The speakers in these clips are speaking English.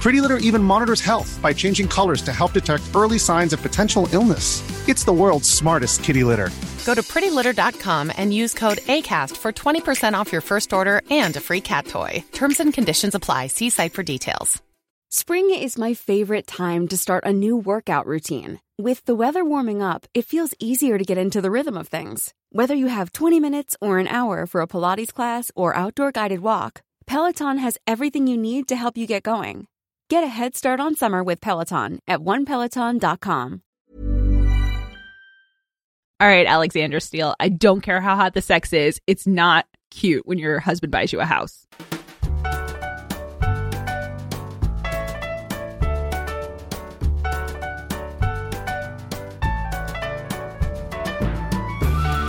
Pretty Litter even monitors health by changing colors to help detect early signs of potential illness. It's the world's smartest kitty litter. Go to prettylitter.com and use code ACAST for 20% off your first order and a free cat toy. Terms and conditions apply. See site for details. Spring is my favorite time to start a new workout routine. With the weather warming up, it feels easier to get into the rhythm of things. Whether you have 20 minutes or an hour for a Pilates class or outdoor guided walk, Peloton has everything you need to help you get going. Get a head start on summer with Peloton at onepeloton.com. All right, Alexander Steele, I don't care how hot the sex is, it's not cute when your husband buys you a house.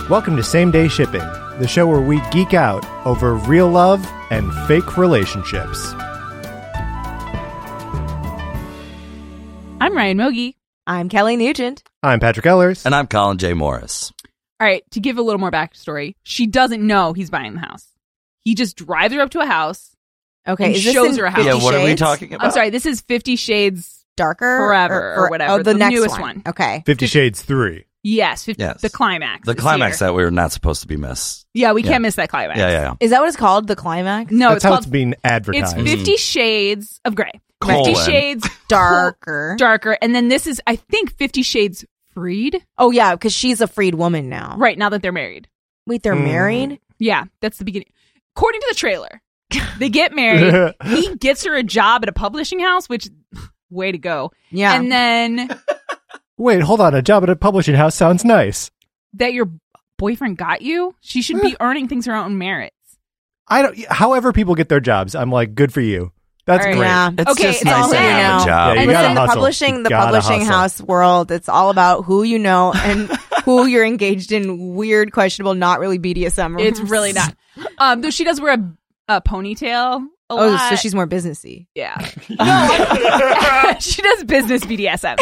Welcome to Same Day Shipping, the show where we geek out over real love and fake relationships. I'm Ryan Mogi. I'm Kelly Nugent. I'm Patrick Ellers. And I'm Colin J. Morris. All right, to give a little more backstory, she doesn't know he's buying the house. He just drives her up to a house. Okay, And is this shows in her a house. Fifty yeah, what are we Shades talking about? I'm sorry, this is Fifty Shades. Darker, Forever or whatever, Oh, the, the next newest one. Okay, Fifty Shades 3. Yes, 50, Yes. the climax. The is climax here. that we were not supposed to be missed. yeah, we yeah. can't miss that climax. Yeah, yeah, yeah. is that what it's called? The climax? No, That's it's how called. it's being it's advertised. Fifty Shades of Grey. Colon. Fifty Shades darker. Darker, and then this is, I think, Fifty Shades Freed. Uh-huh. oh yeah, because she's a freed woman now. Right now that they're married. Wait, they're Hmm. married. Yeah, that's the beginning. According to the trailer, they get married. he gets her a job at a publishing house, which way to go. Yeah. And then Wait, hold on. A job at a publishing house sounds nice. that your boyfriend got you, she should be earning things her own merits. I don't. However, people get their jobs, I'm like, good for you. That's All right. great. Yeah. It's Okay, just it's nice all to in have now. a job. Yeah, you and gotta listen, hustle. publishing You the gotta publishing hustle. house world, it's all about who you know and who you're engaged in weird, questionable, not really BDSM. It's really not. Um, though she does wear a, a ponytail. A Oh, lot. so she's more businessy. yeah. No, she does business BDSM.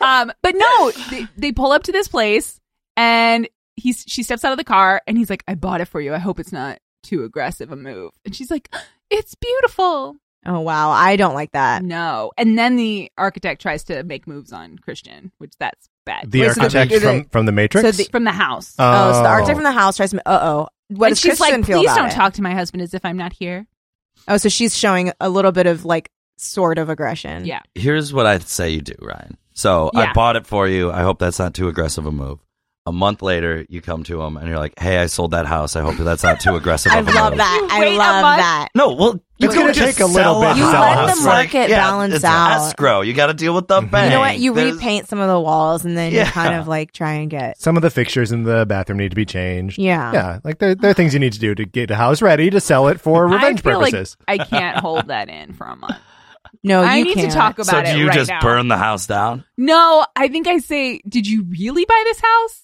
Um, but no, they, they pull up to this place and he's she steps out of the car and he's like, "I bought it for you. I hope it's not too aggressive a move." And she's like, "It's beautiful." Oh wow, I don't like that. No. And then the architect tries to make moves on Christian, which that's bad. The Wait, so the- architect the- from, from The Matrix? so the- from the house. Oh, so the architect from the house tries. to Uh oh, what and does she's Kristen like, feel "Please about don't it? talk to my husband as if I'm not here." Oh, so she's showing a little bit of like sort of aggression. Yeah. Here's what I'd say you do, Ryan. So Yeah. I bought it for you. I hope that's not too aggressive a move. A month later, you come to him and you're like, "Hey, I sold that house. I hope that's not too aggressive." I of a love move. that. You I wait a love month? that. No, well, you It's could gonna just take a little sell bit a to You house. let the Like, market yeah, balance it's out. Escrow, you got to deal with the Mm-hmm. bank. You know what? You There's- repaint some of the walls and then you Yeah. kind of like try and get. Some of the fixtures in the bathroom need to be changed. Yeah. Yeah. Like, there, there are things you need to do to get a house ready to sell it for revenge I feel purposes. like I can't hold that in for a month. No, I you need can't. to talk So about do it you right just now. burn the house down? No, I think I say, "Did you really buy this house?"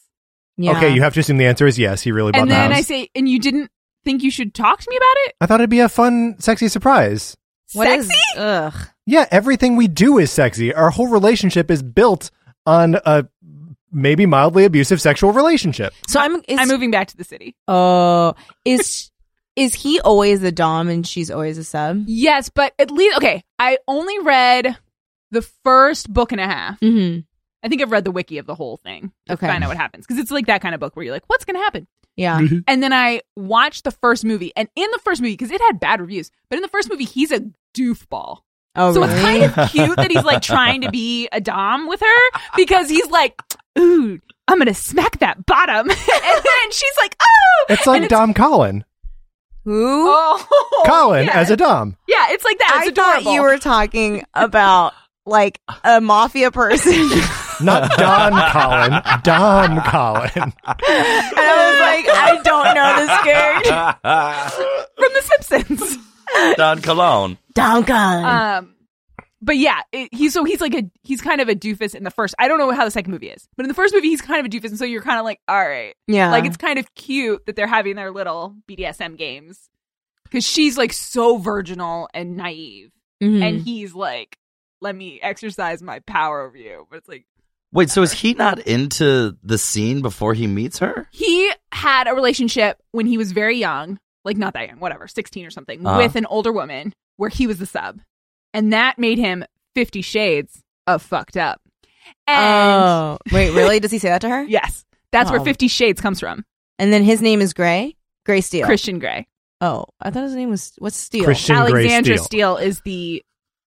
Yeah. Okay, you have to assume the answer is yes. He really bought and the then house. I say, "And you didn't think you should talk to me about it?" I thought it'd be a fun, sexy surprise. What is- Sexy? ugh. Yeah, everything we do is sexy. Our whole relationship is built on a maybe mildly abusive sexual relationship. So I'm. Is, I'm moving back to the city. Oh, is Is he always the dom and she's always a sub? Yes, but at least okay. I only read the first book and a half. Mm-hmm. I think I've read the wiki of the whole thing to Okay. find out what happens because it's like that kind of book where you're like, what's going to happen? Yeah. And then I watched the first movie, and in the first movie, because it had bad reviews, but in the first movie, he's a doofball. Oh, so really? it's kind of cute that he's like trying to be a dom with her because he's like, ooh, I'm gonna smack that bottom, and then she's like, oh, It's like And Dom Colin. Who? oh, Colin yeah. as a Dom. yeah, it's like that. I It's adorable. thought you were talking about like a mafia person, and Not Don Colin. Dom Colin. I was like, I don't know this character. from The Simpsons. Don Cologne. Duncan. um, but yeah, it, he's so he's like a he's kind of a doofus in the first. I don't know how the second movie is, but in the first movie, he's kind of a doofus, and so you're kind of like, all right, yeah, Like it's kind of cute that they're having their little BDSM games because she's like so virginal and naive, Mhm. and he's like, "Let me exercise my power over you." But it's like Wait, so is he not into the scene before he meets her? he had a relationship when he was very young, like not that young, whatever, sixteen or something, Uh-huh. with an older woman where he was the sub, and that made him Fifty Shades of fucked up. And oh, wait, really? Does he say that to her? yes, that's where Oh. Fifty Shades comes from. And then his name is Gray. Gray Steele. Christian Grey, oh, I thought his name was what's Steele. Christian Alexandra Gray Steele. Steele. is the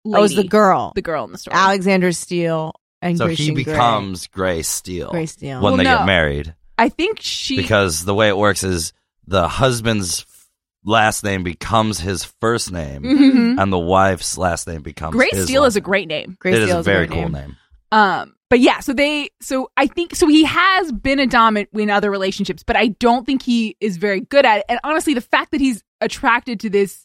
lady, Oh, it was the girl. the girl in the story. Alexander Steele and so Christian he Grey. becomes Gray Steele Gray Steele. when Well, they no. get married I think she because the way it works is the husband's last name becomes his first name Mhm. and the wife's last name becomes Great his Steel last is a name. great name. Gray It is Steele's a very great cool name. Um, but yeah, so they, so I think, so he has been a dominant in other relationships, but I don't think he is very good at it. And honestly, the fact that he's attracted to this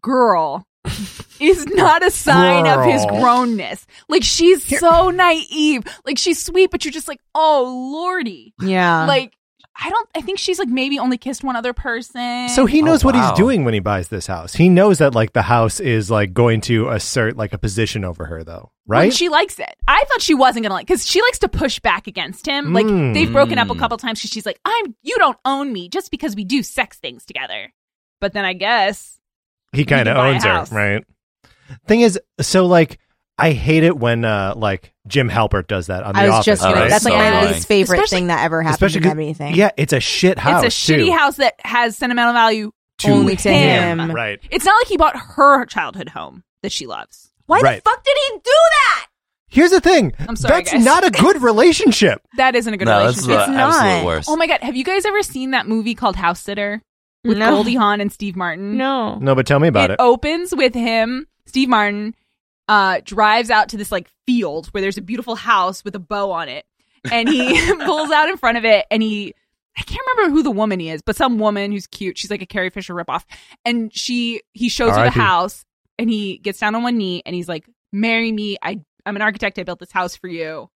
girl is not a sign of his Girl. grownness. Like she's so naive. Like she's sweet, but you're just like, oh lordy. Yeah. Uh. Like I don't. I think she's like maybe only kissed one other person. So he Oh, knows what wow. he's doing when he buys this house. He knows that like the house is like going to assert like a position over her though, When right? she likes it. I thought she wasn't gonna like because she likes to push back against him. Like Mm. they've broken up a Mm. couple times. 'cause She's like, "I'm you don't own me just because we do sex things together." But then I guess he kind can of buy a owns her, house. right? Thing is, so like I hate it when uh like Jim Halpert does that on the I was office. just gonna. Oh, right? that's so like my annoying. least favorite Especially- thing that ever happened Especially to 'cause- anything. Yeah, it's a shit house. it's a too, shitty house that has sentimental value to Only to him. him. Right. It's not like he bought her childhood home that she loves. Why Right. the fuck did he do that? Here's the thing. I'm sorry, That's guys. not a good relationship. That isn't a good no, that's relationship. the It's absolute not. worst. oh my god, have you guys ever seen that movie called House Sitter with No. Goldie Hawn and Steve Martin? No. No, but tell me about it. opens with him, Steve Martin, uh, drives out to this like field where there's a beautiful house with a bow on it, and he pulls out in front of it, and he. I can't remember who the woman is, but some woman who's cute. She's like a Carrie Fisher ripoff. And she he shows her the R.I.P.. house and he gets down on one knee and he's like, Marry me. I I'm an architect. I built this house for you.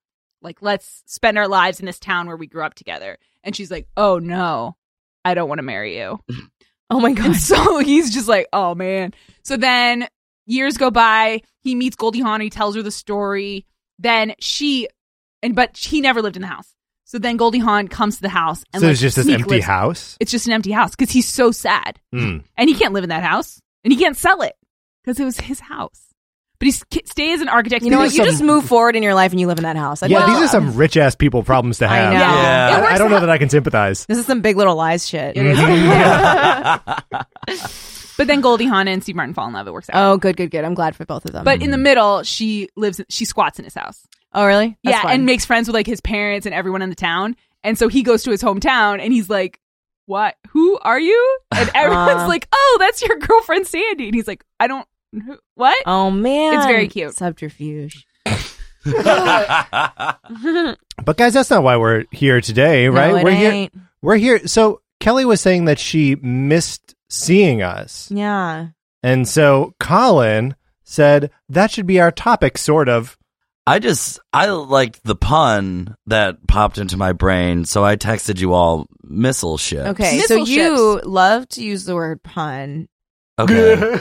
Like, let's spend our lives in this town where we grew up together. And she's like, Oh no, I don't want to marry you. Oh my god. And so he's just like, oh man. So then years go by. He meets Goldie Hawn. He tells her the story. Then she, and but he never lived in the house. So then Goldie Hawn comes to the house. And so like, it's just this sneak empty lives- house. It's just an empty house because he's so sad, Mm. and he can't live in that house, and he can't sell it because it was his house. But he s- stays as an architect. You know what? These are You some- just move forward in your life and you live in that house. I'd Yeah, love these are that. some rich ass people problems to I have. know. Yeah. It I- I, works don't know out. that I can sympathize. This is some big little lies shit. But then Goldie Hawn and Steve Martin fall in love. It works out. Oh, good, good, good. I'm glad for both Oh. of them. But in the middle, she lives. She squats in his house. oh, really? That's yeah, fun. and makes friends with like his parents and everyone in the town. And so he goes to his hometown and he's like, "What? Who are you?" And everyone's Uh. like, "Oh, that's your girlfriend Sandy." And he's like, "I don't who- what?" oh man, It's very cute. Subterfuge. But guys, that's not why we're here today, right? No, it we're here. ain't. We're here. So Kelly was saying that she missed seeing us, Yeah. and so Colin said that should be our topic, sort of. I just I like the pun that popped into my brain, so I texted you all missile shit. Okay. Missile so you love to use the word pun. Okay.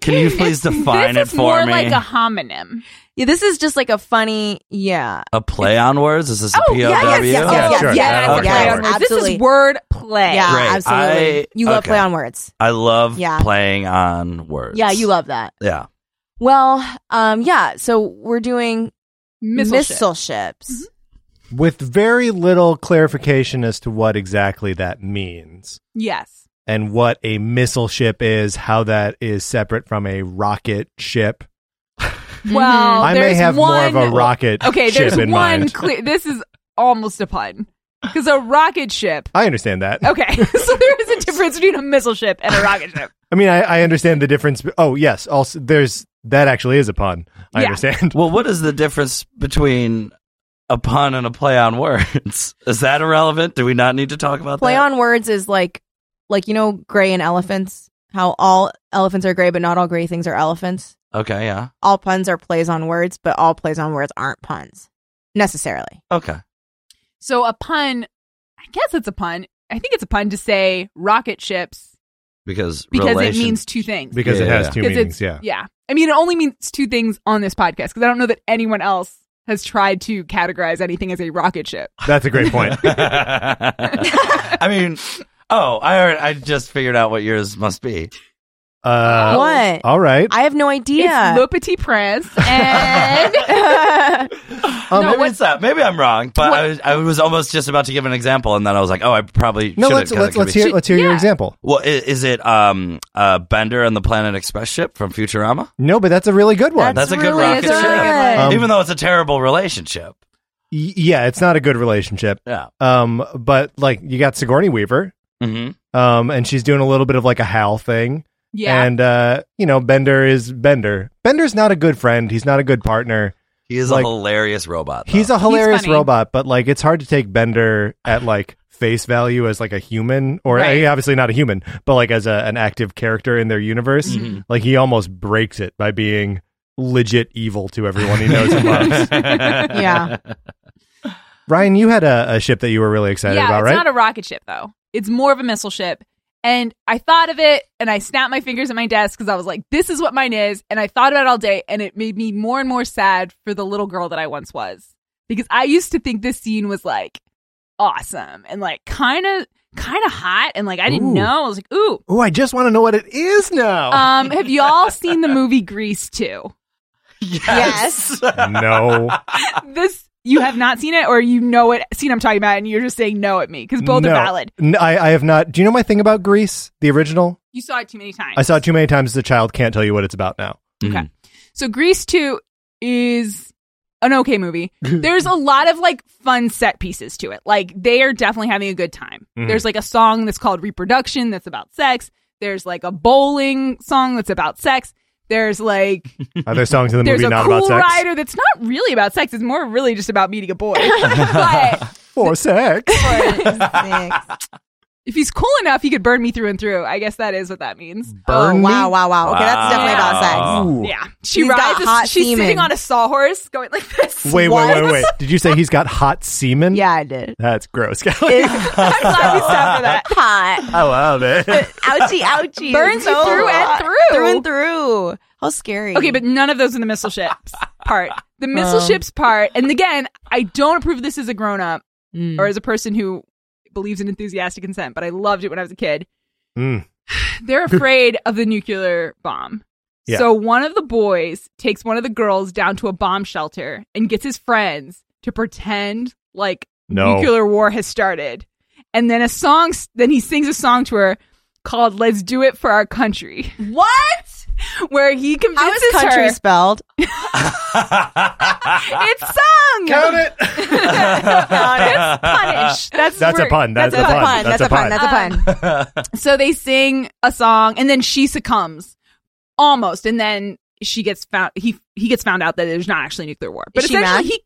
Can you please define this is it for more me? like a homonym. Yeah, this is just like a funny, yeah. A play on words? Is this a Oh, POW? yeah, yes, yes, yes, yes, Okay. yes, Okay. Play yes. on words. This Absolutely. is word play. Yeah, Great. absolutely. I- you love okay. play on words. I love Yeah. playing on words. Yeah, you love that. Yeah. Well, um, yeah, so we're doing missile, Missile ship. ships. With very little clarification as to what exactly that means Yes. and what a missile ship is, how that is separate from a rocket ship. Well, I may there's have more one, of a rocket Okay, ship there's in one. mind. Cle- this is almost a pun because a rocket ship. I understand that. Okay, so there is a difference between a missile ship and a rocket ship. I mean, I, I understand the difference. Oh, yes. Also, there's that actually is a pun. I Yeah. understand. Well, what is the difference between a pun and a play on words? Is that irrelevant? Do we not need to talk about Play that? on words is like, like you know, gray and elephants. How all elephants are gray, but not all gray things are elephants. Okay, yeah. All puns are plays on words, but all plays on words aren't puns necessarily. Okay. So a pun, I guess it's a pun. I think it's a pun to say rocket ships Because because relation- it means two things. Because it Yeah. has two Because meanings. it's- Yeah. Yeah. I mean, it only means two things on this podcast because I don't know that anyone else has tried to categorize anything as a rocket ship. That's a great point. I mean, oh, I already, I just figured out what yours must be. Uh, what? All right. I have no idea. It's Le Petit Prince and no, maybe it's that. Maybe I'm wrong, but I was, I was almost just about to give an example, and then I was like, oh, I probably No, shouldn't, let's 'cause it let's could let's be- hear let's hear your Yeah. example. Well, i- is it um uh Bender and the Planet Express ship from Futurama? No, but that's a really good one. That's a good really rocket good. ship. Um, Even though it's a terrible relationship. Y- yeah, it's not a good relationship. Yeah. Um, but like you got Sigourney Weaver, hmm um, and she's doing a little bit of like a Hal thing. yeah, And uh, you know, Bender is Bender. Bender's not a good friend. He's not a good partner. He is Like- a hilarious robot. though. He's a hilarious funny. robot, but like it's hard to take Bender at like face value as like a human or Right. eh, obviously not a human, but like as a, an active character in their universe. Mm-hmm. Mhm. Like he almost breaks it by being legit evil to everyone he knows and loves. Yeah. Ryan, you had a, a ship that you were really excited yeah. about, it's right? not a rocket ship though. It's more of a missile ship. And I thought of it, and I snapped my fingers at my desk because I was like, "This is what mine is." And I thought about it all day, and it made me more and more sad for the little girl that I once was because I used to think this scene was like awesome and like kind of kind of hot, and like I didn't Ooh. know. I was like, "Ooh." Oh, I just want to know what it is now. Um, have y'all seen the movie Grease too? yes. Um, no. this you have not seen it or you know it scene I'm talking about and you're just saying no at me because both no. are valid. N- I, I have not. Do you know my thing about Greece, the original? You saw it too many times. I saw it too many times as a child. Can't tell you what it's about now. Mhm. So Grease 2 is an okay movie. There's a lot of like fun set pieces to it. Like they are definitely having a good time. Mhm. There's like a song that's called Reproduction that's about sex. There's like a bowling song that's about sex. There's like Are there songs in the there's movie a not cool about sex? rider that's not really about sex. It's more really just about meeting a boy. but For sex. Oh, if he's cool enough, he could burn me through and through. I guess that is what that means. oh, Burn me? wow, wow, wow. Okay, that's definitely about Wow. sex. Ooh. Yeah, she He's got rides. hot A, she's semen. sitting on a sawhorse, going like this. Wait, wait, What? wait, wait. Did you say he's got hot semen? Yeah, I did. That's gross, Kelly. I'm glad we stopped for that. Hot. I love it. Ouchie, ouchie. Burns you through and hot. through. Through and through. How scary. Okay, but none of those in the missile ships part. The missile Um. ships part, and again, I don't approve of this as a grown up Mm. or as a person who believes in enthusiastic consent, but I loved it when I was a kid. Mm. They're afraid of the nuclear bomb. Yeah. So one of the boys takes one of the girls down to a bomb shelter and gets his friends to pretend like No. nuclear war has started. And then a song, then he sings a song to her called "Let's Do It for Our Country," What? where he How convinces is country her spelled? it's sung. Count it. That's punish. That's That's a word- pun. That's, That's a pun. That's a pun. That's a pun. So they sing a song, and then she succumbs, almost, and then she gets found. He he gets found out that there's not actually nuclear war, but Is she essentially mad? he,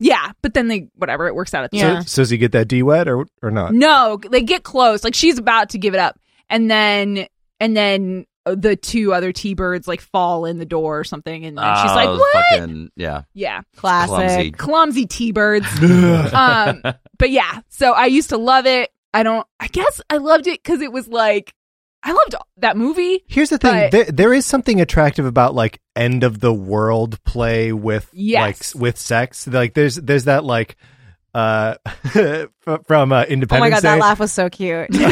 yeah. But then they whatever it works out at the Yeah. end. So, so does he get that D wet or or not? No, they get close. Like she's about to give it up, and then and then the two other T birds like fall in the door or something, and then Ah, she's Oh, like, "What?" Fucking, yeah. Yeah, Clumsy. Classic. clumsy T birds. um, but yeah, so I used to love it. I don't. I guess I loved it because it was like I loved that movie. Here's the thing: But- there, there is something attractive about like end of the world play with Yes. like s- with sex. Like there's there's that like uh fr- from uh, Independence Oh my god, Day. that laugh was so cute. he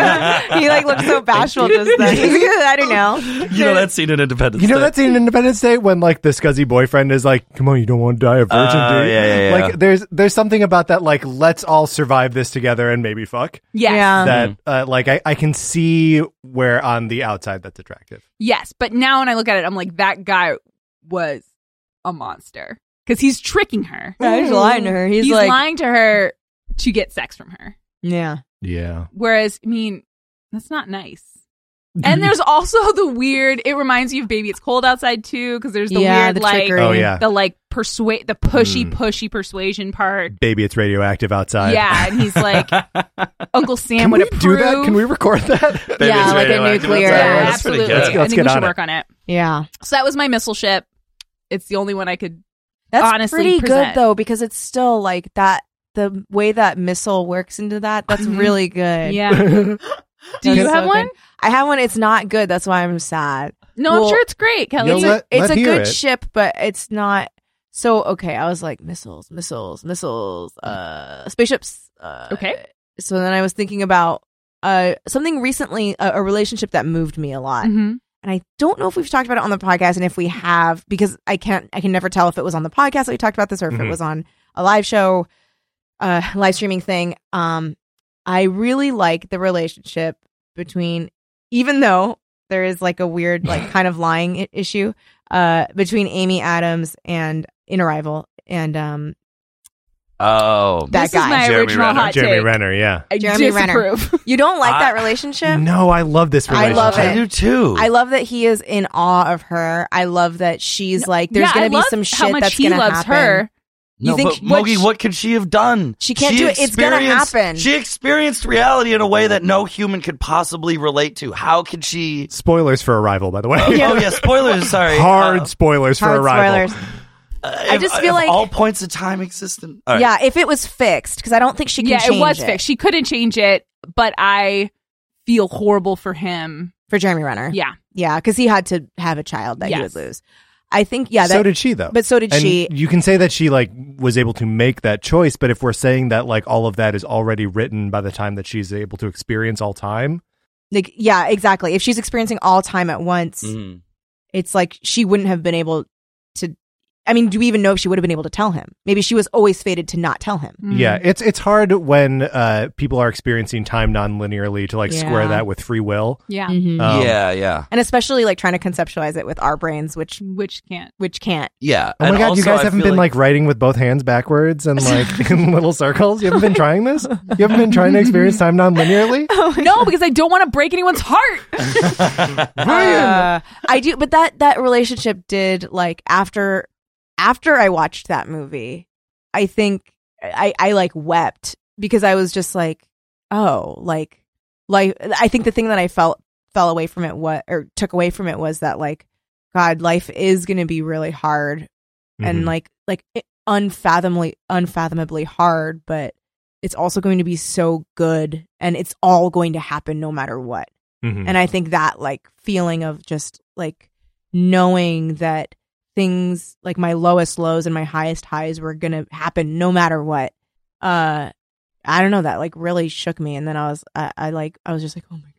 like looked so bashful just then. I don't know. You know that scene in Independence You know Day? that scene in Independence Day when like the scuzzy boyfriend is like, "Come on, you don't want to die a virgin, Uh, dude." yeah, yeah, yeah. Like there's there's something about that like let's all survive this together and maybe fuck. Yes. Yeah. Mm-hmm. That uh, like I I can see where on the outside that's attractive. Yes. But now when I look at it, I'm like, that guy was a monster because he's tricking her. Yeah, he's lying to her. He's, He's like, lying to her to get sex from her. yeah, Yeah. Whereas, I mean, that's not nice. And there's also the weird. It reminds you of Baby It's Cold Outside too, because there's the yeah, weird the like trickery. Hmm. Oh, yeah. the like persuade the pushy Mm. pushy persuasion part. Baby, it's radioactive outside. yeah, and he's like Uncle Sam Can would we approve. do that? Can we record that? Baby, Yeah, it's like a radioactive Yeah, Yeah, outside. nuclear- That's pretty absolutely. good. Let's go- I let's think we get should on it. work on it. yeah. So that was my missile ship. It's the only one I could. That's honestly pretty present. good though because it's still like that. The way that missile works into that, that's Mhm. really good. Yeah. Do That's you so have good. one? I have one. It's not good. That's why I'm sad. No, I'm Well, sure it's great, Kelly. You'll it's let- a, it's let a hear good it. ship, but it's not. So okay, I was like missiles, missiles, missiles, uh, spaceships. Uh, Okay. So then I was thinking about uh something recently, a, a relationship that moved me a lot, Mhm. and I don't know if we've talked about it on the podcast, and if we have, because I can't, I can never tell if it was on the podcast that we talked about this or if Mhm. Mm-hmm. it was on a live show, uh, live streaming thing. Um, I really like the relationship between, even though there is like a weird, like kind of lying i- issue, uh, between Amy Adams and In Arrival and um Oh, That this guy. is my Jeremy original Renner. hot Jeremy take. Renner, yeah. I Jeremy Renner. disapprove. You don't like I- that relationship? No, I love this I relationship. love I it. do too. I love that he is in awe of her. I love that she's like, there's Yeah, I gonna be love some how shit much that's he gonna loves happen. her. No, You think but she- what Mogi, she- what could she have done? She can't do it. It's gonna experienced- happen. She experienced reality in a way that no human could possibly relate to. How could she? Spoilers for Arrival, by the way. Oh yeah, spoilers. Sorry. Hard Uh, spoilers for Oh. Hard Arrival. spoilers. uh, I if- just feel if like- all points of time existent. All right. Yeah, if it was fixed, because I don't think she can. yeah, it change was fixed. She couldn't change it, but I feel horrible for him. for Jeremy Renner. Yeah. yeah, because he had to have a child that he Yes. would lose. I think. Yeah, that, so did she though. But so did And she. You can say that she like was able to make that choice, but if we're saying that like all of that is already written by the time that she's able to experience all time, Like, yeah, exactly. If she's experiencing all time at once, Mm. Mm-hmm. Mhm. it's like she wouldn't have been able to. I mean, do we even know if she would have been able to tell him? Maybe she was always fated to not tell him. yeah, it's it's hard when uh people are experiencing time non-linearly to like square Yeah. Mm. that with free will. Mm-hmm. Yeah. Um, yeah, yeah, And especially like trying to conceptualize it with our brains, which Which can't. which can't. yeah. Oh my And god, also, you guys I haven't feel been like, writing with both hands backwards and like in little circles. You haven't been trying this. You haven't been trying to experience time non-linearly. No, because I don't want to break anyone's heart. Uh, I do, but that that relationship did like after after I watched that movie, I think I I like wept because I was just like, oh, like like I think the thing that I felt fell away from it what or took away from it was that like God, life is going to be really hard and Mm-hmm, Mhm. like like it- unfathomably unfathomably hard but it's also going to be so good and it's all going to happen no matter what mm-hmm. Mhm. and i think that like feeling of just like knowing that things like my lowest lows and my highest highs were going to happen no matter what uh i don't know that like really shook me and then i was i, I like i was just like oh my god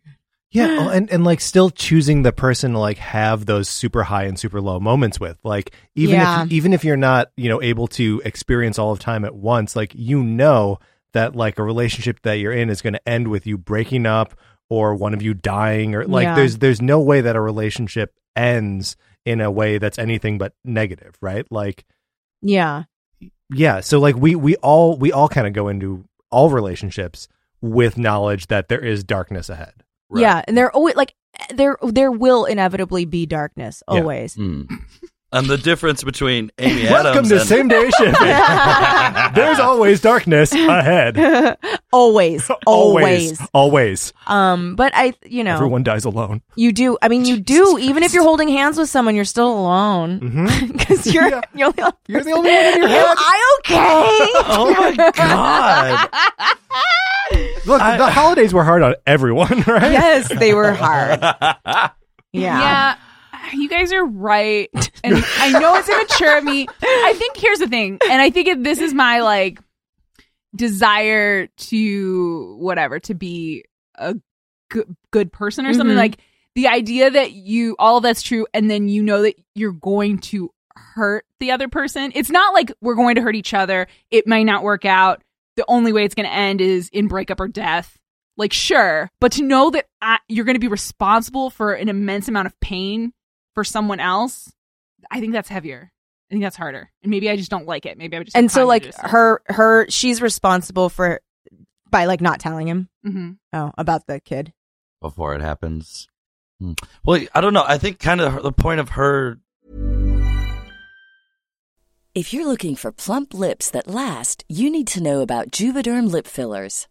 Yeah, oh, and and like still choosing the person to like have those super high and super low moments with. Like even Yeah. if even if you're not, you know, able to experience all of time at once, like you know that like a relationship that you're in is going to end with you breaking up or one of you dying or like Yeah. there's there's no way that a relationship ends in a way that's anything but negative, right? Like yeah yeah, so like we we all we all kind of go into all relationships with knowledge that there is darkness ahead. Right. yeah and there always like there there will inevitably be darkness Yeah. always Mm. And the difference between Amy Welcome Adams to and same day shipping. There's always darkness ahead. always, always. Always. Always. Um, but I, you know, Everyone dies alone. you do. I mean, you do. Even if you're holding hands with someone, you're still alone because you're Mm-hmm. Yeah. you're You're the the only. only one in your Am head. I okay? Oh my god. Look, the holidays were hard on everyone, right? yes, they were hard. Yeah. Yeah. You guys are right. And I know it's immature of me. I think here's the thing. And I think if this is my like desire to whatever, to be a good, good person or something Mhm. like the idea that you all of that's true and then you know that you're going to hurt the other person. It's not like we're going to hurt each other. It may not work out. The only way it's going to end is in breakup or death like sure but to know that I, you're going to be responsible for an immense amount of pain for someone else i think that's heavier i think that's harder and maybe i just don't like it maybe i'm just And so like prejudiced. her her she's responsible for by like not telling him Mhm. oh about the kid. before it happens. Hmm. Well, I don't know. I think kind of the point of her If you're looking for plump lips that last, you need to know about Juvederm lip fillers.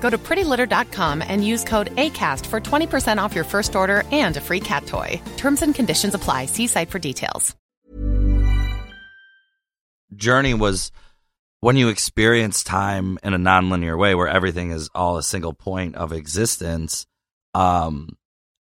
Go to prettylitter.com and use code ACAST for 20% off your first order and a free cat toy. Terms and conditions apply. See site for details. journey was when you experience time in a nonlinear way where everything is all a single point of existence um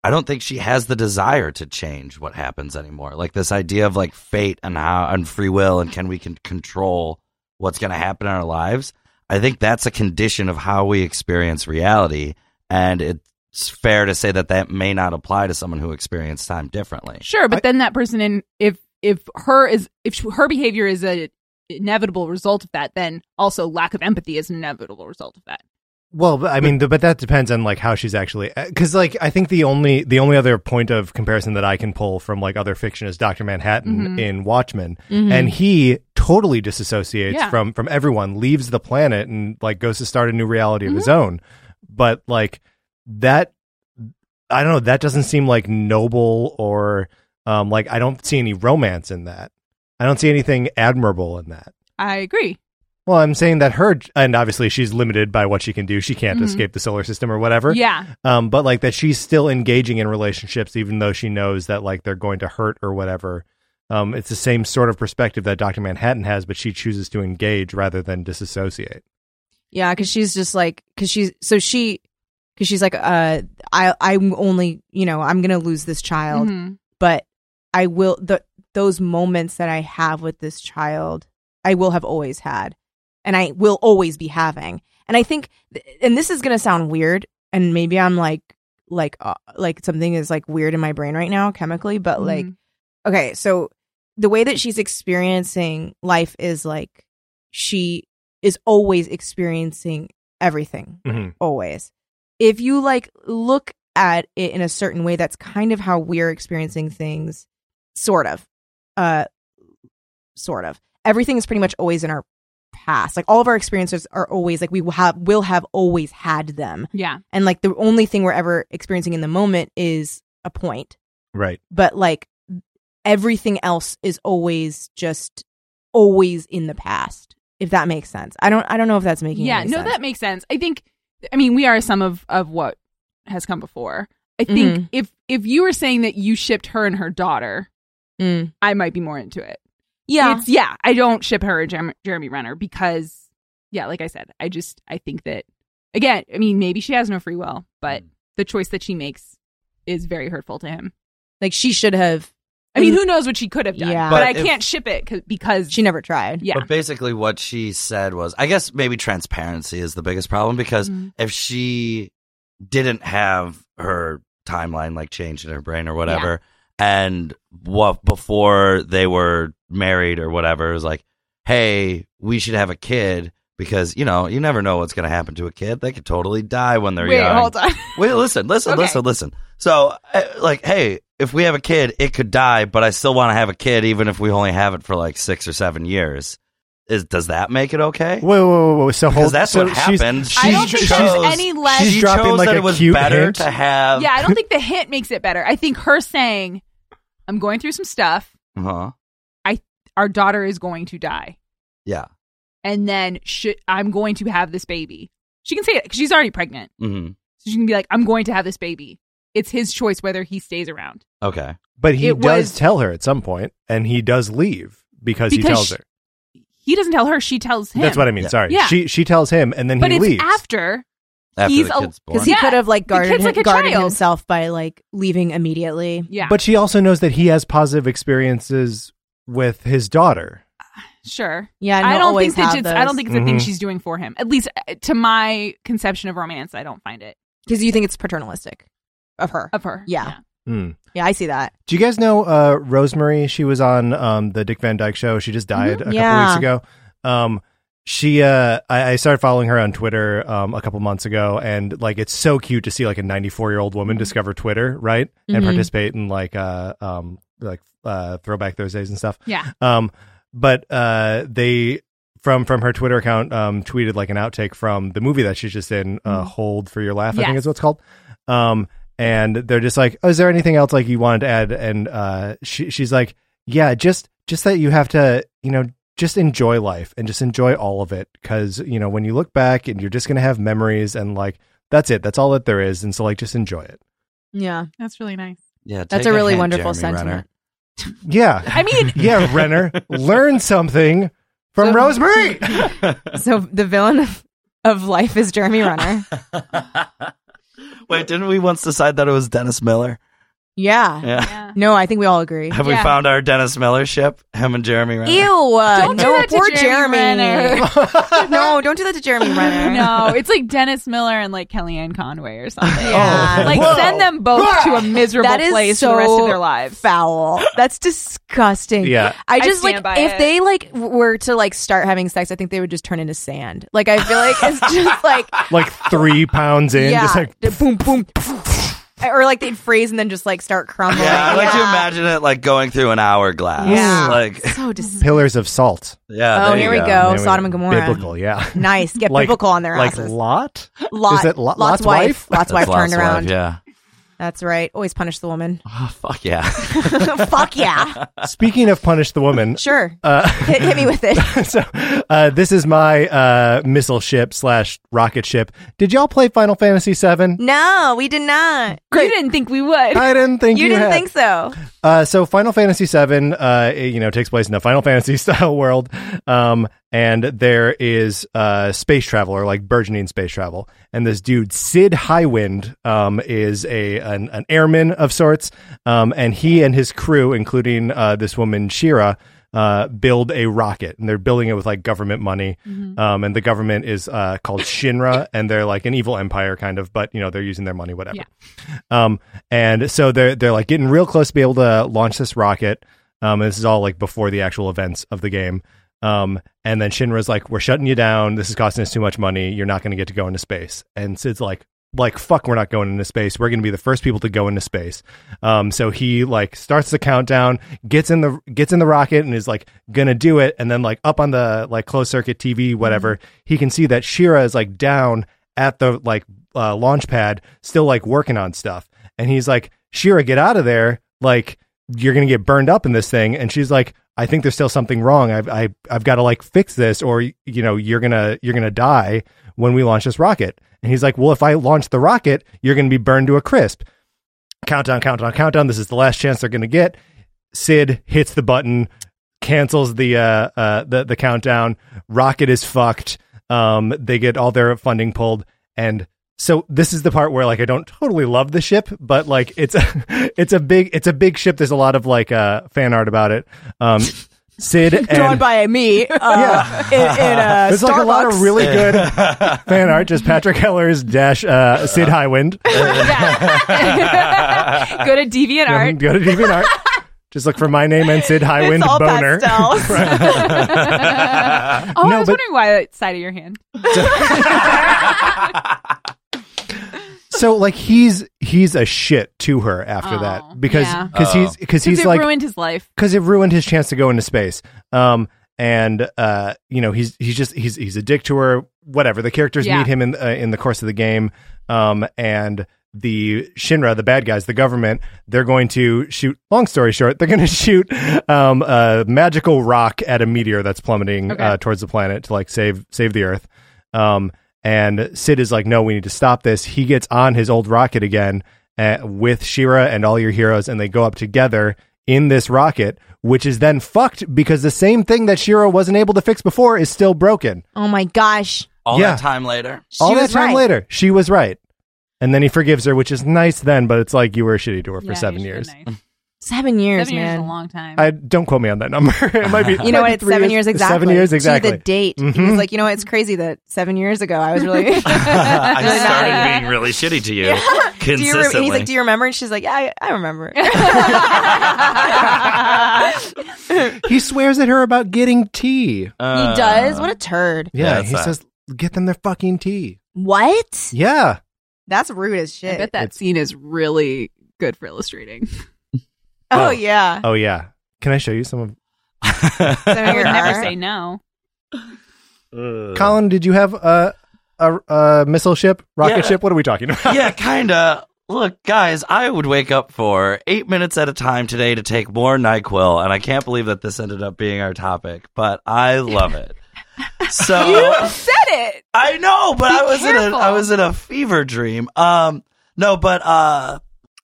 i don't think she has the desire to change what happens anymore like this idea of like fate and how and free will and can we can control what's going to happen in our lives i think that's a condition of how we experience reality and it's fair to say that that may not apply to someone who experienced time differently sure but I- then that person in if if her is if sh- her behavior is a inevitable result of that then also lack of empathy is an inevitable result of that Well, but- I mean, th- but that depends on like how she's actually because like I think the only the only other point of comparison that I can pull from like other fiction is Doctor Manhattan Mhm. in Watchmen, and he totally disassociates Yeah. from from everyone, leaves the planet, and like goes to start a new reality of his own. But like that, I don't know. That doesn't seem like noble or um like I don't see any romance in that. I don't see anything admirable in that. i agree Well, I'm saying that her, and obviously she's limited by what she can do. She can't escape the solar system or whatever. Mm-hmm. yeah Um, but like that she's still engaging in relationships, even though she knows that like they're going to hurt or whatever. Um, it's the same sort of perspective that Dr. Manhattan has, but she chooses to engage rather than disassociate. Yeah, because she's just like because she's so she because she's like uh I I'm only you know I'm gonna lose this child Mhm. but I will the those moments that I have with this child I will have always had and I will always be having and I think and this is gonna sound weird and maybe I'm like like uh, like something is like weird in my brain right now chemically but like Mhm. okay so the way that she's experiencing life is like she is always experiencing everything Mm-hmm. always if you like look at it in a certain way that's kind of how we're experiencing things sort of uh sort of everything is pretty much always in our past like all of our experiences are always like we will have will have always had them yeah and like the only thing we're ever experiencing in the moment is a point Right. but like everything else is always just always in the past if that makes sense i don't i don't know if that's making yeah any no sense. that makes sense i think i mean we are some of of what has come before I think Mhm. if if you were saying that you shipped her and her daughter, Mm. I might be more into it. Yeah. It's- yeah. I don't ship her and Jerem- Jeremy Renner because, yeah, like I said, I just I think that again, I mean, maybe she has no free will, but the choice that she makes is very hurtful to him. like she should have. I mean, who knows what she could have done? Mm. Yeah. But, But I if- can't ship it 'cause- because She never tried. Yeah. But basically, what she said was, I guess maybe transparency is the biggest problem because Mhm. if she didn't have her timeline like changed in her brain or whatever, and what before they were married or whatever, it was like, hey, we should have a kid because you know you never know what's going to happen to a kid. They could totally die when they're wait, young. hold on. Wait, listen, listen, Okay. listen, listen. So, uh, like, hey, if we have a kid, it could die, but I still want to have a kid, even if we only have it for like six or seven years. Is does that make it okay? Whoa, whoa, whoa, whoa! So Because hold, that's so what she's- happened. She's, I don't think she's- there's any less- she's she dropping, chose like, that a it was cute better hint. to have. yeah, I don't think the hint makes it better. I think her saying, "I'm going through some stuff. Uh-huh. Our daughter is going to die, Yeah. and then should I'm going to have this baby." She can say it 'cause she's already pregnant, hmm so she can be like, "I'm going to have this baby." It's his choice whether he stays around. Okay. but he it does was- tell her at some point, and he does leave because, he Because tells she- her. He doesn't tell her; she tells him. That's what I mean. Yeah. Sorry, Yeah. she she tells him, and then But he it's leaves. after. After He's the a- kid's born. Because he Yeah. could have like The guarded, kid's like a guarded child. himself by like leaving immediately. Yeah, But she also knows that he has positive experiences with his daughter. sure. Yeah, and I he'll don't always think that have it's, I those. don't think it's a thing Mhm. she's doing for him. At least uh, to my conception of romance, I don't find it Because you think it's paternalistic of her. of her. Yeah. Yeah, I see that. Do you guys know uh, Rosemary? She was on um, the Dick Van Dyke Show. She just Mm-hmm. died Mhm. a couple Yeah. weeks ago. Um, she, uh, I, I started following her on Twitter um, a couple months ago, and like it's so cute to see like a 94 year old woman Mm-hmm. discover Twitter, right, and Mhm. participate in like uh, um, like uh, Throwback Thursdays and stuff. Yeah. Um, but uh, they from from her Twitter account um, tweeted like an outtake from the movie that she's just in, uh, "Hold for Your Laugh," I think Mm-hmm. Yes. is what it's called. Um, and they're just like, "Oh, is there anything else like you wanted to add?" And uh, she she's like, "Yeah, just just that you have to, you know." Just enjoy life and just enjoy all of it because, you know, when you look back and you're just going to have memories and like, that's it. That's all that there is. And so, like, just enjoy it. Yeah. That's really nice. yeah. That's take a really hint, wonderful Jeremy sentiment. Renner. Yeah. I mean, Yeah, Renner, learn something from So- Rosemary. So the villain of, of life is Jeremy Renner. Wait, didn't we once decide that it was Dennis Miller? yeah. Yeah. yeah. No, I think we all agree. Have we Yeah. found our Dennis Miller ship? Him and Jeremy Renner. Ew. uh, Don't do no, that to poor Jeremy no, don't do that to Jeremy Renner. No, it's like Dennis Miller and like Kellyanne Conway or something. Uh, Yeah. Like send them both to a miserable Oh. That is place so for the rest of their lives. foul. That's disgusting. Yeah. I I just stand like by if it. they like were to like start having sex, I think they would just turn into sand. Like I feel like it's just like like three pounds in, yeah, just like The boom boom, or like they'd freeze and then just like start crumbling. Yeah, I like to imagine it like going through an hourglass. Yeah. Like, So dis- pillars of salt. yeah. Oh, there here you go. we go. There we Sodom and go. Gomorrah. Biblical, yeah. nice. Get Like- biblical on their like asses. Lot? Lot, Is it Lot- Lot's, Lot's wife? wife? Lot's wife That's turned Lot's around. wife, yeah. That's right. Always punish the woman. Oh, fuck yeah. Fuck yeah. Uh, Speaking of punish the woman, Sure. uh, Hit, hit me with it. so uh, this is my uh, missile ship slash rocket ship. Did y'all play Final Fantasy VII? No, we did not. You didn't think we would. I didn't think you, You didn't had. think so. Uh, so Final Fantasy VII, uh, it, you know, takes place in a Final Fantasy style world, um, and there is uh, space travel or like burgeoning space travel, and this dude Sid Highwind um, is a an, an airman of sorts, um, and he and his crew, including uh, this woman Shira. Uh, build a rocket, and they're building it with like government money, um, and the government is uh, called Shinra, and they're like an evil empire kind of, but you know they're using their money, whatever. Um, and so they're they're like getting real close to be able to launch this rocket. Um, and this is all like before the actual events of the game. Um, and then Shinra's like, "We're shutting you down. This is costing us too much money. You're not going to get to go into space." And Sid's like, "Like fuck, we're not going into space. We're going to be the first people to go into space." Um, so he like starts the countdown, gets in the gets in the rocket, and is like gonna do it. And then like up on the like closed circuit TV, whatever, he can see that Shira is like down at the like uh, launch pad, still like working on stuff. And he's like, Shira, get out of there. Like, you're going to get burned up in this thing. And she's like, I think there's still something wrong. I've, I, I've got to like fix this or, you know, you're going to, you're going to die when we launch this rocket. And he's like, well, if I launch the rocket, you're going to be burned to a crisp. countdown, countdown, countdown. This is the last chance they're going to get. Sid hits the button, cancels the uh, uh, the the countdown. Rocket is fucked. Um, they get all their funding pulled, and so this is the part where like I don't totally love the ship, but like it's a it's a big it's a big ship. There's a lot of like uh, fan art about it. Um, Sid and drawn by me. Uh, in, in a there's like a lot of Starbucks. really good fan art. Just Patrick Heller's dash uh, Sid Highwind. Yeah. Go to Um, DeviantArt. Go to DeviantArt. Just look for my name and Sid Highwind it's all Boner. pastels. Oh, No, I was but- wondering why that side of your hand. So like he's he's a shit to her after Oh, that because yeah. because he's because Because he's it like ruined his life. because it ruined his chance to go into space. Um, and uh, you know, he's he's just he's he's a dick to her. Whatever the characters Yeah. meet him in uh, in the course of the game. Um, and the Shinra, the bad guys, the government, they're going to shoot. Long story short, they're going to shoot um a magical rock at a meteor that's plummeting Okay. uh, towards the planet to like save save the Earth. Um, and Sid is like, no, we need to stop this. He gets on his old rocket again uh, with Shira and all your heroes, and they go up together in this rocket, which is then fucked because the same thing that Shira wasn't able to fix before is still broken. oh my gosh. All Yeah. that time later. She all that was time right. later, she was right. And then he forgives her, which is nice then, but it's like you were shitty to her for Yeah, seven you should've years. been nice. Seven years, Seven years man. is a long time. I don't quote me on that number. it might be you might know what? be It's three seven years, exactly. Seven years exactly. To the date. He Mhm. was like, you know what? It's crazy that seven years ago I was really. I Really mad. started being really shitty to you Do you rem- consistently. he's like, do you remember? And she's like, yeah, I, I remember. he swears at her about getting tea. Uh, he does. What a turd. Yeah, Yeah, it's he that. says, "Get them their fucking tea." What? Yeah, That's rude I as shit. bet that It's- scene is really good for illustrating. oh yeah. Oh yeah. Can I show you some of Uh. I would Seven-year never arc. say no. Uh, Colin, did you have a a, a missile ship, rocket Yeah. ship? What are we talking about? yeah, kinda. Look, guys, I would wake up for eight minutes at a time today to take more NyQuil, and I can't believe that this ended up being our topic, but I love it. So Said it. I know, but Be I was in a careful. I was in a fever dream. Um no, but uh